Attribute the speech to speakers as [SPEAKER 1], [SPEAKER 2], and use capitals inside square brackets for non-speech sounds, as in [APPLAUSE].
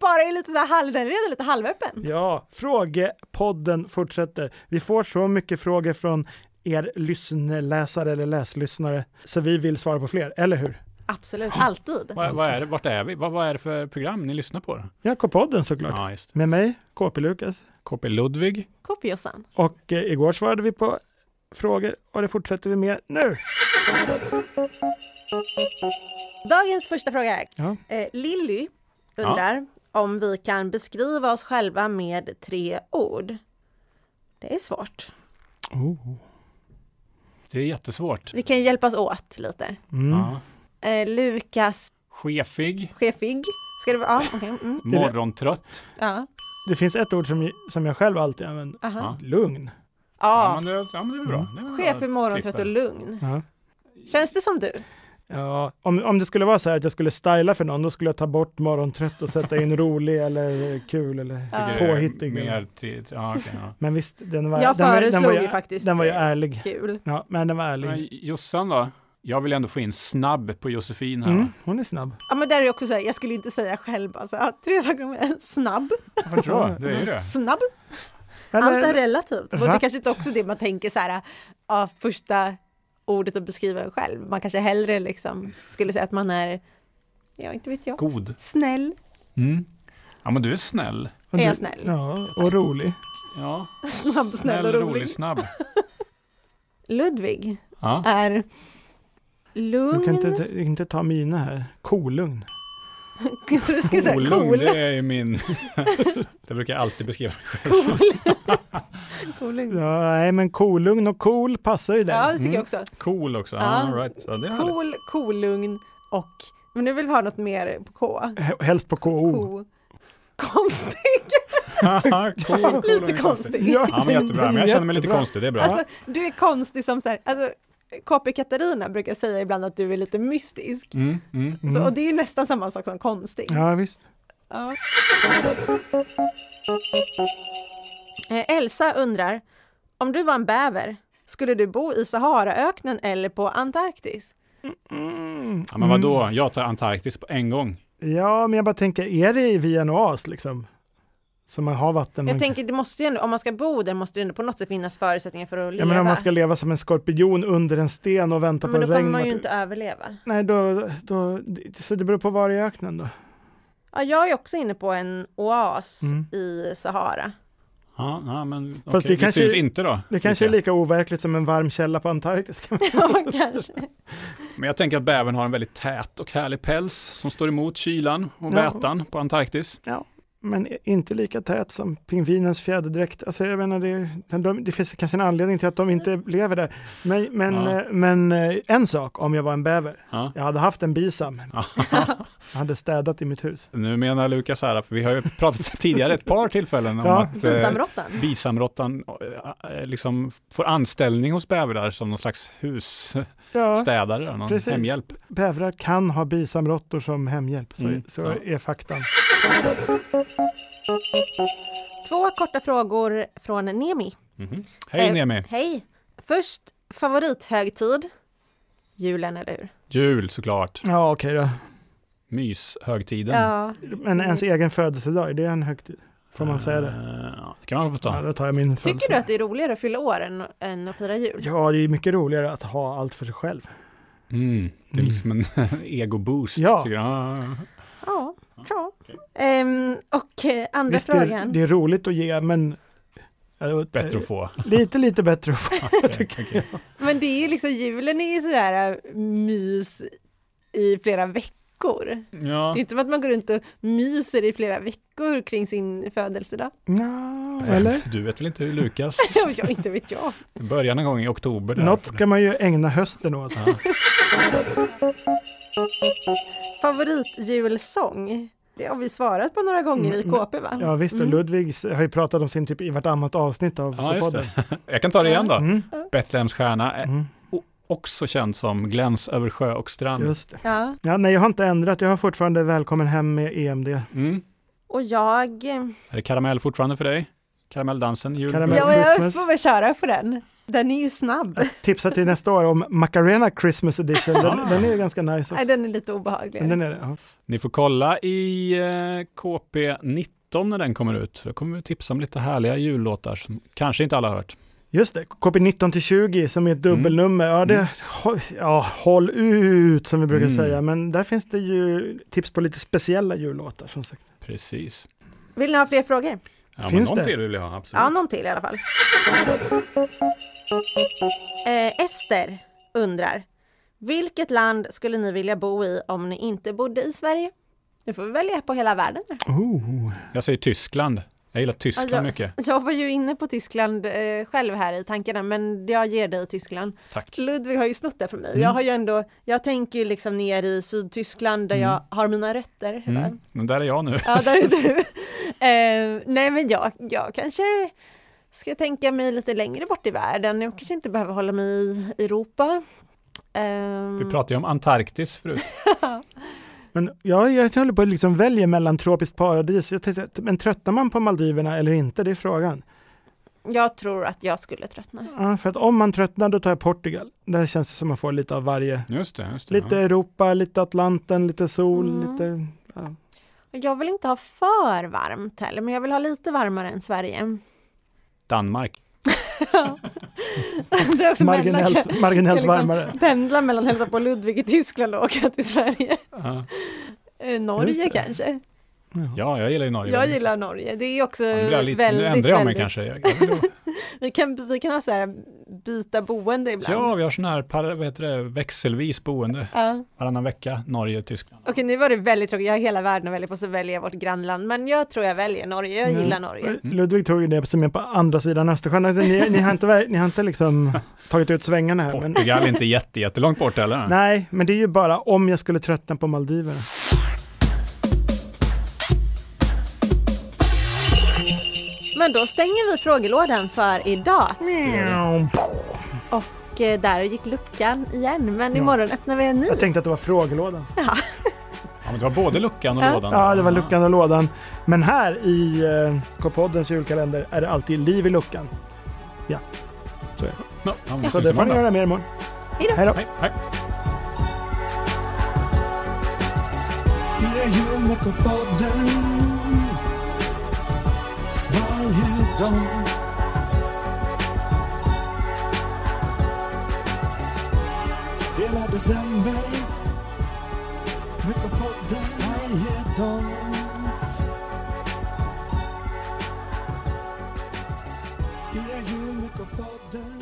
[SPEAKER 1] bara är lite så här, halv, den är redan lite halvöppen.
[SPEAKER 2] Ja, frågepodden fortsätter. Vi får så mycket frågor från er lyssnläsare eller läslyssnare, så vi vill svara på fler, eller hur?
[SPEAKER 1] Absolut, alltid.
[SPEAKER 3] Vad, vad är det, vart är vi? Vad, vad är det för program ni lyssnar på? Då?
[SPEAKER 2] Ja, K-podden såklart.
[SPEAKER 3] Ja, just det.
[SPEAKER 2] Med mig, KP Lukas.
[SPEAKER 3] KP Ludvig.
[SPEAKER 1] Kopiosan.
[SPEAKER 2] Och eh, igår svarade vi på frågor och det fortsätter vi med nu.
[SPEAKER 1] Dagens första fråga är,
[SPEAKER 2] Ja.
[SPEAKER 1] eh, Lilly undrar om vi kan beskriva oss själva med tre ord. Det är svårt.
[SPEAKER 2] Oh.
[SPEAKER 3] Det är jättesvårt.
[SPEAKER 1] Vi kan hjälpas åt lite.
[SPEAKER 2] Mm.
[SPEAKER 3] Ja.
[SPEAKER 1] Eh, Lukas
[SPEAKER 3] Chefig,
[SPEAKER 1] chefig. Ska det vara? Ja, okej. Mm,
[SPEAKER 3] morgontrött.
[SPEAKER 1] ja.
[SPEAKER 2] Det finns ett ord som, som jag själv alltid använder.
[SPEAKER 1] Aha.
[SPEAKER 2] Lugn.
[SPEAKER 1] Ja.
[SPEAKER 3] Ja, men det, ja, men det är bra. Det är bra.
[SPEAKER 1] Chef Mm. i morgontrött och
[SPEAKER 3] Klippen.
[SPEAKER 1] lugn.
[SPEAKER 2] Ja.
[SPEAKER 1] Känns det som du?
[SPEAKER 2] Ja, om, om det skulle vara så här att jag skulle styla för någon, då skulle jag ta bort morgontrött och sätta
[SPEAKER 3] [LAUGHS]
[SPEAKER 2] in rolig eller kul eller
[SPEAKER 1] Ja.
[SPEAKER 3] Tycker det är
[SPEAKER 2] påhittig.
[SPEAKER 3] Mer tre, tre, ja, okej,
[SPEAKER 1] [LAUGHS]
[SPEAKER 3] ja.
[SPEAKER 2] Men visst, den var,
[SPEAKER 1] Jag
[SPEAKER 2] den, var- den var
[SPEAKER 1] föreslog
[SPEAKER 2] ju,
[SPEAKER 1] ju faktiskt
[SPEAKER 2] den var ju
[SPEAKER 1] det.
[SPEAKER 2] ärlig.
[SPEAKER 1] Kul.
[SPEAKER 2] Ja, men den var
[SPEAKER 3] Men
[SPEAKER 2] ärlig.
[SPEAKER 3] Jossan då? Jag vill ändå få in snabb på Josefin här.
[SPEAKER 2] Mm,
[SPEAKER 3] va?
[SPEAKER 2] hon är snabb.
[SPEAKER 1] Ja men där är också så här, jag skulle inte säga själv alltså, ja, tre saker om en. snabb,
[SPEAKER 3] Varför
[SPEAKER 1] [LAUGHS]
[SPEAKER 3] tror jag? Det är ju det.
[SPEAKER 1] snabb, allt är
[SPEAKER 2] Eller,
[SPEAKER 1] relativt. Och det
[SPEAKER 2] rapp.
[SPEAKER 1] kanske inte också är det man tänker så här, ja, första ordet att beskriva en själv. Man kanske hellre liksom skulle säga att man är, ja inte vet jag,
[SPEAKER 3] God.
[SPEAKER 1] snäll.
[SPEAKER 3] Mm. Ja, men du är snäll.
[SPEAKER 2] och
[SPEAKER 1] Är jag
[SPEAKER 2] du-
[SPEAKER 1] snäll?
[SPEAKER 2] Ja, och rolig.
[SPEAKER 3] Ja,
[SPEAKER 1] [LAUGHS] Snabb, snäll och rolig. [LAUGHS]
[SPEAKER 3] snabb.
[SPEAKER 1] Ludvig
[SPEAKER 3] Ja.
[SPEAKER 1] är
[SPEAKER 2] Du
[SPEAKER 1] lugn. [LAUGHS]
[SPEAKER 2] kan inte, ta- inte ta mina här. Kolugn.
[SPEAKER 1] Jag tror du skulle säga
[SPEAKER 3] Olugn,
[SPEAKER 1] cool.
[SPEAKER 3] det är ju min... [LAUGHS] det brukar jag alltid beskriva.
[SPEAKER 1] Cool. [LAUGHS] cool.
[SPEAKER 2] Ja, nej, men kolugn och cool passar ju där.
[SPEAKER 1] Ja, det tycker
[SPEAKER 3] Mm.
[SPEAKER 1] jag också.
[SPEAKER 3] Cool också.
[SPEAKER 1] Ja.
[SPEAKER 3] Ja, all right. Ja, det är härligt.
[SPEAKER 1] Cool, kolugn och, men nu vill vi ha något mer på K.
[SPEAKER 2] H- Helst på KO.
[SPEAKER 1] Ko. Konstig,
[SPEAKER 3] Haha, cool, cool och
[SPEAKER 1] lite
[SPEAKER 3] konstig.
[SPEAKER 1] konstig.
[SPEAKER 3] Ja, men jättebra. Men jag känner mig lite konstig, det är bra.
[SPEAKER 1] Alltså, du är konstig som så här, alltså, KP Katarina brukar säga ibland att du är lite mystisk.
[SPEAKER 3] Mm, mm.
[SPEAKER 1] Så, och det är ju nästan samma sak som konstig.
[SPEAKER 2] Ja, visst.
[SPEAKER 1] Ja. Eh, Elsa undrar, om du var en bäver, skulle du bo i Saharaöknen eller på Antarktis?
[SPEAKER 2] Mm,
[SPEAKER 3] Ja, men vadå, jag tar Antarktis på en gång.
[SPEAKER 2] Ja, men jag bara tänker, är det via en oas liksom? Som man har vatten?
[SPEAKER 1] Jag
[SPEAKER 2] man-
[SPEAKER 1] tänker, det måste ju ändå, om man ska bo där måste det ändå på något sätt finnas förutsättningar för att leva.
[SPEAKER 2] Ja, men om man ska leva som en skorpion under en sten och vänta
[SPEAKER 1] Ja,
[SPEAKER 2] på
[SPEAKER 1] men då
[SPEAKER 2] regn.
[SPEAKER 1] kommer man
[SPEAKER 2] och-
[SPEAKER 1] ju inte överleva.
[SPEAKER 2] Nej, då, då, så det beror på var i öknen då?
[SPEAKER 1] Ja, jag är också inne på en oas
[SPEAKER 2] Mm.
[SPEAKER 1] i Sahara. [LAUGHS]
[SPEAKER 3] Ja, ja men Fast
[SPEAKER 2] det
[SPEAKER 3] det,
[SPEAKER 2] kanske-
[SPEAKER 3] syns inte då.
[SPEAKER 2] Det kanske är
[SPEAKER 3] tycker
[SPEAKER 2] lika overkligt som en varm källa på Antarktis. [LAUGHS]
[SPEAKER 1] Ja, kanske.
[SPEAKER 3] jag. Men jag tänker att bävern har en väldigt tät och härlig päls som står emot kylan och
[SPEAKER 2] Ja.
[SPEAKER 3] vätan på Antarktis.
[SPEAKER 2] Men inte lika tät som pingvinens fjäderdräkt. Alltså jag menar, det, de, det finns kanske en anledning till att de inte
[SPEAKER 1] Mm.
[SPEAKER 2] lever där. Men, men,
[SPEAKER 3] Ja.
[SPEAKER 2] eh, men eh, en sak om jag var en bäver.
[SPEAKER 3] Ja.
[SPEAKER 2] Jag hade haft en bisam.
[SPEAKER 3] Ja.
[SPEAKER 2] Jag hade städat i mitt hus.
[SPEAKER 3] Nu menar Lukas här, för vi har ju pratat [LAUGHS] tidigare ett par tillfällen om
[SPEAKER 2] Ja.
[SPEAKER 3] att eh,
[SPEAKER 1] Bisamråttan.
[SPEAKER 3] bisamråttan eh, eh, liksom får anställning hos bävrar som någon slags husstädare,
[SPEAKER 2] Ja,
[SPEAKER 3] någon
[SPEAKER 2] precis.
[SPEAKER 3] hemhjälp.
[SPEAKER 2] bävrar kan ha bisamråttor som hemhjälp. Så,
[SPEAKER 3] Mm.
[SPEAKER 2] så
[SPEAKER 3] Ja.
[SPEAKER 2] är faktan.
[SPEAKER 1] Två korta frågor från Nemi.
[SPEAKER 3] Mhm. Hej
[SPEAKER 1] Eh,
[SPEAKER 3] Nemi!
[SPEAKER 1] Hej! Först, favorithögtid? Julen, eller hur?
[SPEAKER 3] Jul såklart,
[SPEAKER 2] Ja, okej då.
[SPEAKER 3] myshögtiden.
[SPEAKER 1] Ja.
[SPEAKER 2] Men ens egen födelsedag, är det en högtid? Får man säga det?
[SPEAKER 3] Eh, Ja, det kan man få
[SPEAKER 2] Ja,
[SPEAKER 3] ta.
[SPEAKER 2] då tar jag min
[SPEAKER 1] Tycker du
[SPEAKER 2] födelsedag.
[SPEAKER 1] att det är roligare att fylla år än, än att fira jul?
[SPEAKER 2] Ja, det är mycket roligare att ha allt för sig själv.
[SPEAKER 3] Mm. Det är liksom en [LAUGHS] ego-boost.
[SPEAKER 2] Ja.
[SPEAKER 3] tycker jag. Ja, ja, ja.
[SPEAKER 1] Ja. ja. Ehm, och eh, andra
[SPEAKER 2] Visst, det är,
[SPEAKER 1] frågan.
[SPEAKER 2] det är roligt att ge, men eh,
[SPEAKER 3] Bättre att
[SPEAKER 2] [LAUGHS]
[SPEAKER 3] få.
[SPEAKER 2] lite, lite bättre att få. [LAUGHS]
[SPEAKER 3] Okej, okej.
[SPEAKER 1] Men det är ju liksom, julen är ju sådär eh, mys i flera veckor.
[SPEAKER 3] Ja.
[SPEAKER 1] Det är inte som att man går runt och myser i flera veckor kring sin
[SPEAKER 2] [LAUGHS]
[SPEAKER 1] födelsedag.
[SPEAKER 2] Nja,
[SPEAKER 3] Eh,
[SPEAKER 2] eller?
[SPEAKER 3] Du vet väl inte hur Lukas,
[SPEAKER 1] Ja, jag inte vet jag.
[SPEAKER 3] det börjar någon gång i oktober. Där.
[SPEAKER 2] Något ska man ju ägna hösten åt.
[SPEAKER 3] Ja.
[SPEAKER 1] Favoritjulsång? Det har vi svarat på några gånger i
[SPEAKER 2] Mm,
[SPEAKER 1] KP va?
[SPEAKER 2] Ja visst, och Ludvig har ju pratat om sin typ i vartannat avsnitt av
[SPEAKER 3] Ja, just
[SPEAKER 2] podden.
[SPEAKER 3] det. Jag kan ta det igen då.
[SPEAKER 2] Mm,
[SPEAKER 3] Betlehems stjärna, eh,
[SPEAKER 2] mm,
[SPEAKER 3] o- också känd som Gläns över sjö och strand.
[SPEAKER 2] just det.
[SPEAKER 1] Ja.
[SPEAKER 2] Ja, nej, jag har inte ändrat. Jag har fortfarande Välkommen hem med E EMD.
[SPEAKER 3] Mm.
[SPEAKER 1] Och jag...
[SPEAKER 3] Är det karamell fortfarande för dig? Karamelldansen, jul.
[SPEAKER 2] Karamell.
[SPEAKER 1] Ja, jag
[SPEAKER 2] Christmas.
[SPEAKER 1] får väl köra på den. Den är ju snabb.
[SPEAKER 2] Tipsar till nästa år om Macarena Christmas Edition. Den,
[SPEAKER 3] Ah.
[SPEAKER 2] den är ju ganska nice.
[SPEAKER 1] Nej,
[SPEAKER 2] Också.
[SPEAKER 1] den är lite obehaglig.
[SPEAKER 2] Men Den är, ja.
[SPEAKER 3] Ni får kolla i eh, KP19 när den kommer ut. Då kommer vi tipsa om lite härliga jullåtar som kanske inte alla har hört.
[SPEAKER 2] Just det, KP 19 till 20 som är ett dubbelnummer. Ja, det,
[SPEAKER 3] Mm.
[SPEAKER 2] hå- ja, håll ut som vi brukar
[SPEAKER 3] Mm.
[SPEAKER 2] säga, men där finns det ju tips på lite speciella jullåtar som sagt.
[SPEAKER 3] Precis.
[SPEAKER 1] Vill ni ha fler frågor?
[SPEAKER 3] Ja,
[SPEAKER 2] Finns
[SPEAKER 3] men någon
[SPEAKER 2] det?
[SPEAKER 3] till vill jag ha, absolut.
[SPEAKER 1] Ja, någon till i alla fall. [LAUGHS] Eh, Ester undrar, vilket land skulle ni vilja bo i om ni inte bodde i Sverige? Nu får vi välja på hela världen. här.
[SPEAKER 2] Oh.
[SPEAKER 3] Jag säger Tyskland. Jag gillar Tyskland
[SPEAKER 1] Alltså-
[SPEAKER 3] mycket.
[SPEAKER 1] Jag var ju inne på Tyskland eh, själv här i tankarna, men jag ger dig Tyskland.
[SPEAKER 3] Tack.
[SPEAKER 1] Ludvig har ju snott det från mig.
[SPEAKER 2] Mm.
[SPEAKER 1] Jag har ju ändå, jag tänker ju liksom ner i Sydtyskland där
[SPEAKER 2] Mm.
[SPEAKER 1] jag har mina rötter. va?
[SPEAKER 3] Mm. Men där är jag nu.
[SPEAKER 1] Ja, där är du. [LAUGHS] Eh, nej, men jag, jag kanske ska tänka mig lite längre bort i världen. Jag kanske inte behöver hålla mig i Europa. Ehm,
[SPEAKER 3] [LAUGHS] Vi pratade ju om Antarktis förut.
[SPEAKER 2] Men ja, jag håller på att liksom välja mellan tropiskt paradis. Jag tänkte, men tröttnar man på Maldiverna eller inte? Det är frågan.
[SPEAKER 1] jag tror att jag skulle tröttna.
[SPEAKER 2] Ja, för att om man tröttnar, då tar jag Portugal. Där känns det som man får lite av varje.
[SPEAKER 3] [LAUGHS] Just det, just det.
[SPEAKER 2] Lite
[SPEAKER 3] ja.
[SPEAKER 2] Europa, lite Atlanten, lite sol,
[SPEAKER 1] Mm.
[SPEAKER 2] lite...
[SPEAKER 1] Jag vill inte ha för varmt heller, men jag vill ha lite varmare än Sverige. [LAUGHS]
[SPEAKER 3] Danmark.
[SPEAKER 1] Det är också mellan, [LAUGHS]
[SPEAKER 2] Marginellt, marginellt
[SPEAKER 1] liksom-
[SPEAKER 2] varmare.
[SPEAKER 1] pendla mellan hälsa på Ludvig i Tyskland och åka till Sverige.
[SPEAKER 3] Ja.
[SPEAKER 1] Eh,
[SPEAKER 2] Just
[SPEAKER 1] Norge
[SPEAKER 2] det.
[SPEAKER 1] kanske.
[SPEAKER 3] Ja, jag gillar ju Norge.
[SPEAKER 1] Jag
[SPEAKER 3] väldigt
[SPEAKER 1] gillar Norge. Det är också
[SPEAKER 3] mycket. Ja, nu, blir jag
[SPEAKER 1] väldigt,
[SPEAKER 3] lite, nu ändrar jag mig
[SPEAKER 1] väldigt...
[SPEAKER 3] kanske. Jag, jag vill-
[SPEAKER 1] Vi kan, vi kan ha så här, byta boende [LAUGHS] ibland.
[SPEAKER 3] ja, vi har sån här par, vad heter det, växelvis boende
[SPEAKER 1] Ja.
[SPEAKER 3] varannan vecka, Norge, Tyskland.
[SPEAKER 1] Okej, nu var det väldigt tråkigt. Jag har hela världen att välja på, så väljer jag vårt grannland. Men jag tror jag väljer Norge. Jag
[SPEAKER 2] Mm.
[SPEAKER 1] gillar Norge.
[SPEAKER 2] Ludvig tog ju det som är på andra sidan Östersjön. Alltså, ni, ni har inte, varit- ni har inte
[SPEAKER 3] [LAUGHS]
[SPEAKER 2] liksom tagit ut svängarna här. Men,
[SPEAKER 3] Portugal är inte jätte, jättelångt bort heller.
[SPEAKER 2] nej, men det är ju bara om jag skulle tröttna på Maldiverna.
[SPEAKER 1] Men då stänger vi frågelådan för idag. Och eh, där gick luckan igen, men imorgon öppnar vi en ny.
[SPEAKER 2] Jag tänkte att det var frågelådan.
[SPEAKER 3] Ja, men det var både luckan och
[SPEAKER 1] Ja.
[SPEAKER 3] lådan.
[SPEAKER 2] Ja, det var luckan och lådan. Men här i eh, K-poddens julkalender är det alltid liv i luckan.
[SPEAKER 3] Ja, ja, men
[SPEAKER 2] Så det
[SPEAKER 3] syns
[SPEAKER 2] får ni
[SPEAKER 3] imorgon då.
[SPEAKER 2] göra mer imorgon.
[SPEAKER 1] Hej då.
[SPEAKER 2] Hej då!
[SPEAKER 3] Hej, hej.
[SPEAKER 4] Fira jul med K-podden varje dag. Hela december med K-podden varje dag. Fira jul med K-podden